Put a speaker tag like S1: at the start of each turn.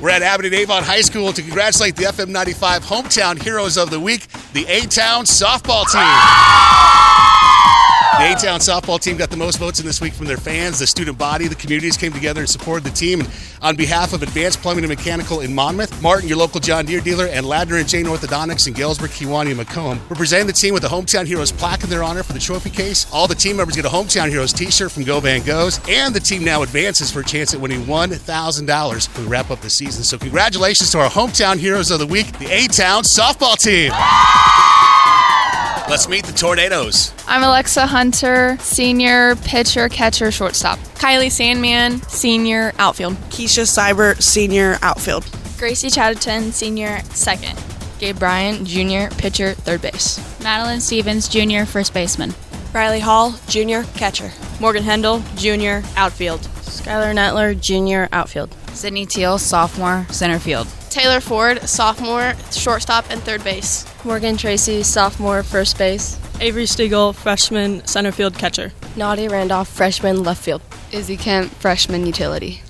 S1: We're at Abbott and Avon High School to congratulate the FM 95 Hometown Heroes of the Week, the A Town softball team. The A Town softball team got the most votes in this week from their fans. The student body, the communities came together and supported the team. And on behalf of Advanced Plumbing and Mechanical in Monmouth, Martin, your local John Deere dealer, and Ladner and Jane Orthodontics in Galesburg, Kewanee, and Macomb, we're presenting the team with a Hometown Heroes plaque in their honor for the trophy case. All the team members get a Hometown Heroes t shirt from Go Van Goes, and the team now advances for a chance at winning $1,000 when we wrap up the season. So, congratulations to our Hometown Heroes of the Week, the A Town softball team. Let's meet the Tornadoes.
S2: I'm Alexa Hunter, senior pitcher, catcher, shortstop.
S3: Kylie Sandman, senior outfield.
S4: Keisha Seibert, senior outfield.
S5: Gracie Chatterton, senior second.
S6: Gabe Bryant, junior pitcher, third base.
S7: Madeline Stevens, junior first baseman.
S8: Riley Hall, junior catcher.
S9: Morgan Hendel, junior outfield.
S10: Skylar Netler, junior outfield.
S11: Sydney Teal, sophomore, center field.
S12: Taylor Ford, sophomore, shortstop, and third base.
S13: Morgan Tracy, sophomore, first base.
S14: Avery Stiegel, freshman, center field catcher.
S15: Nadia Randolph, freshman, left field.
S16: Izzy Kemp, freshman, utility.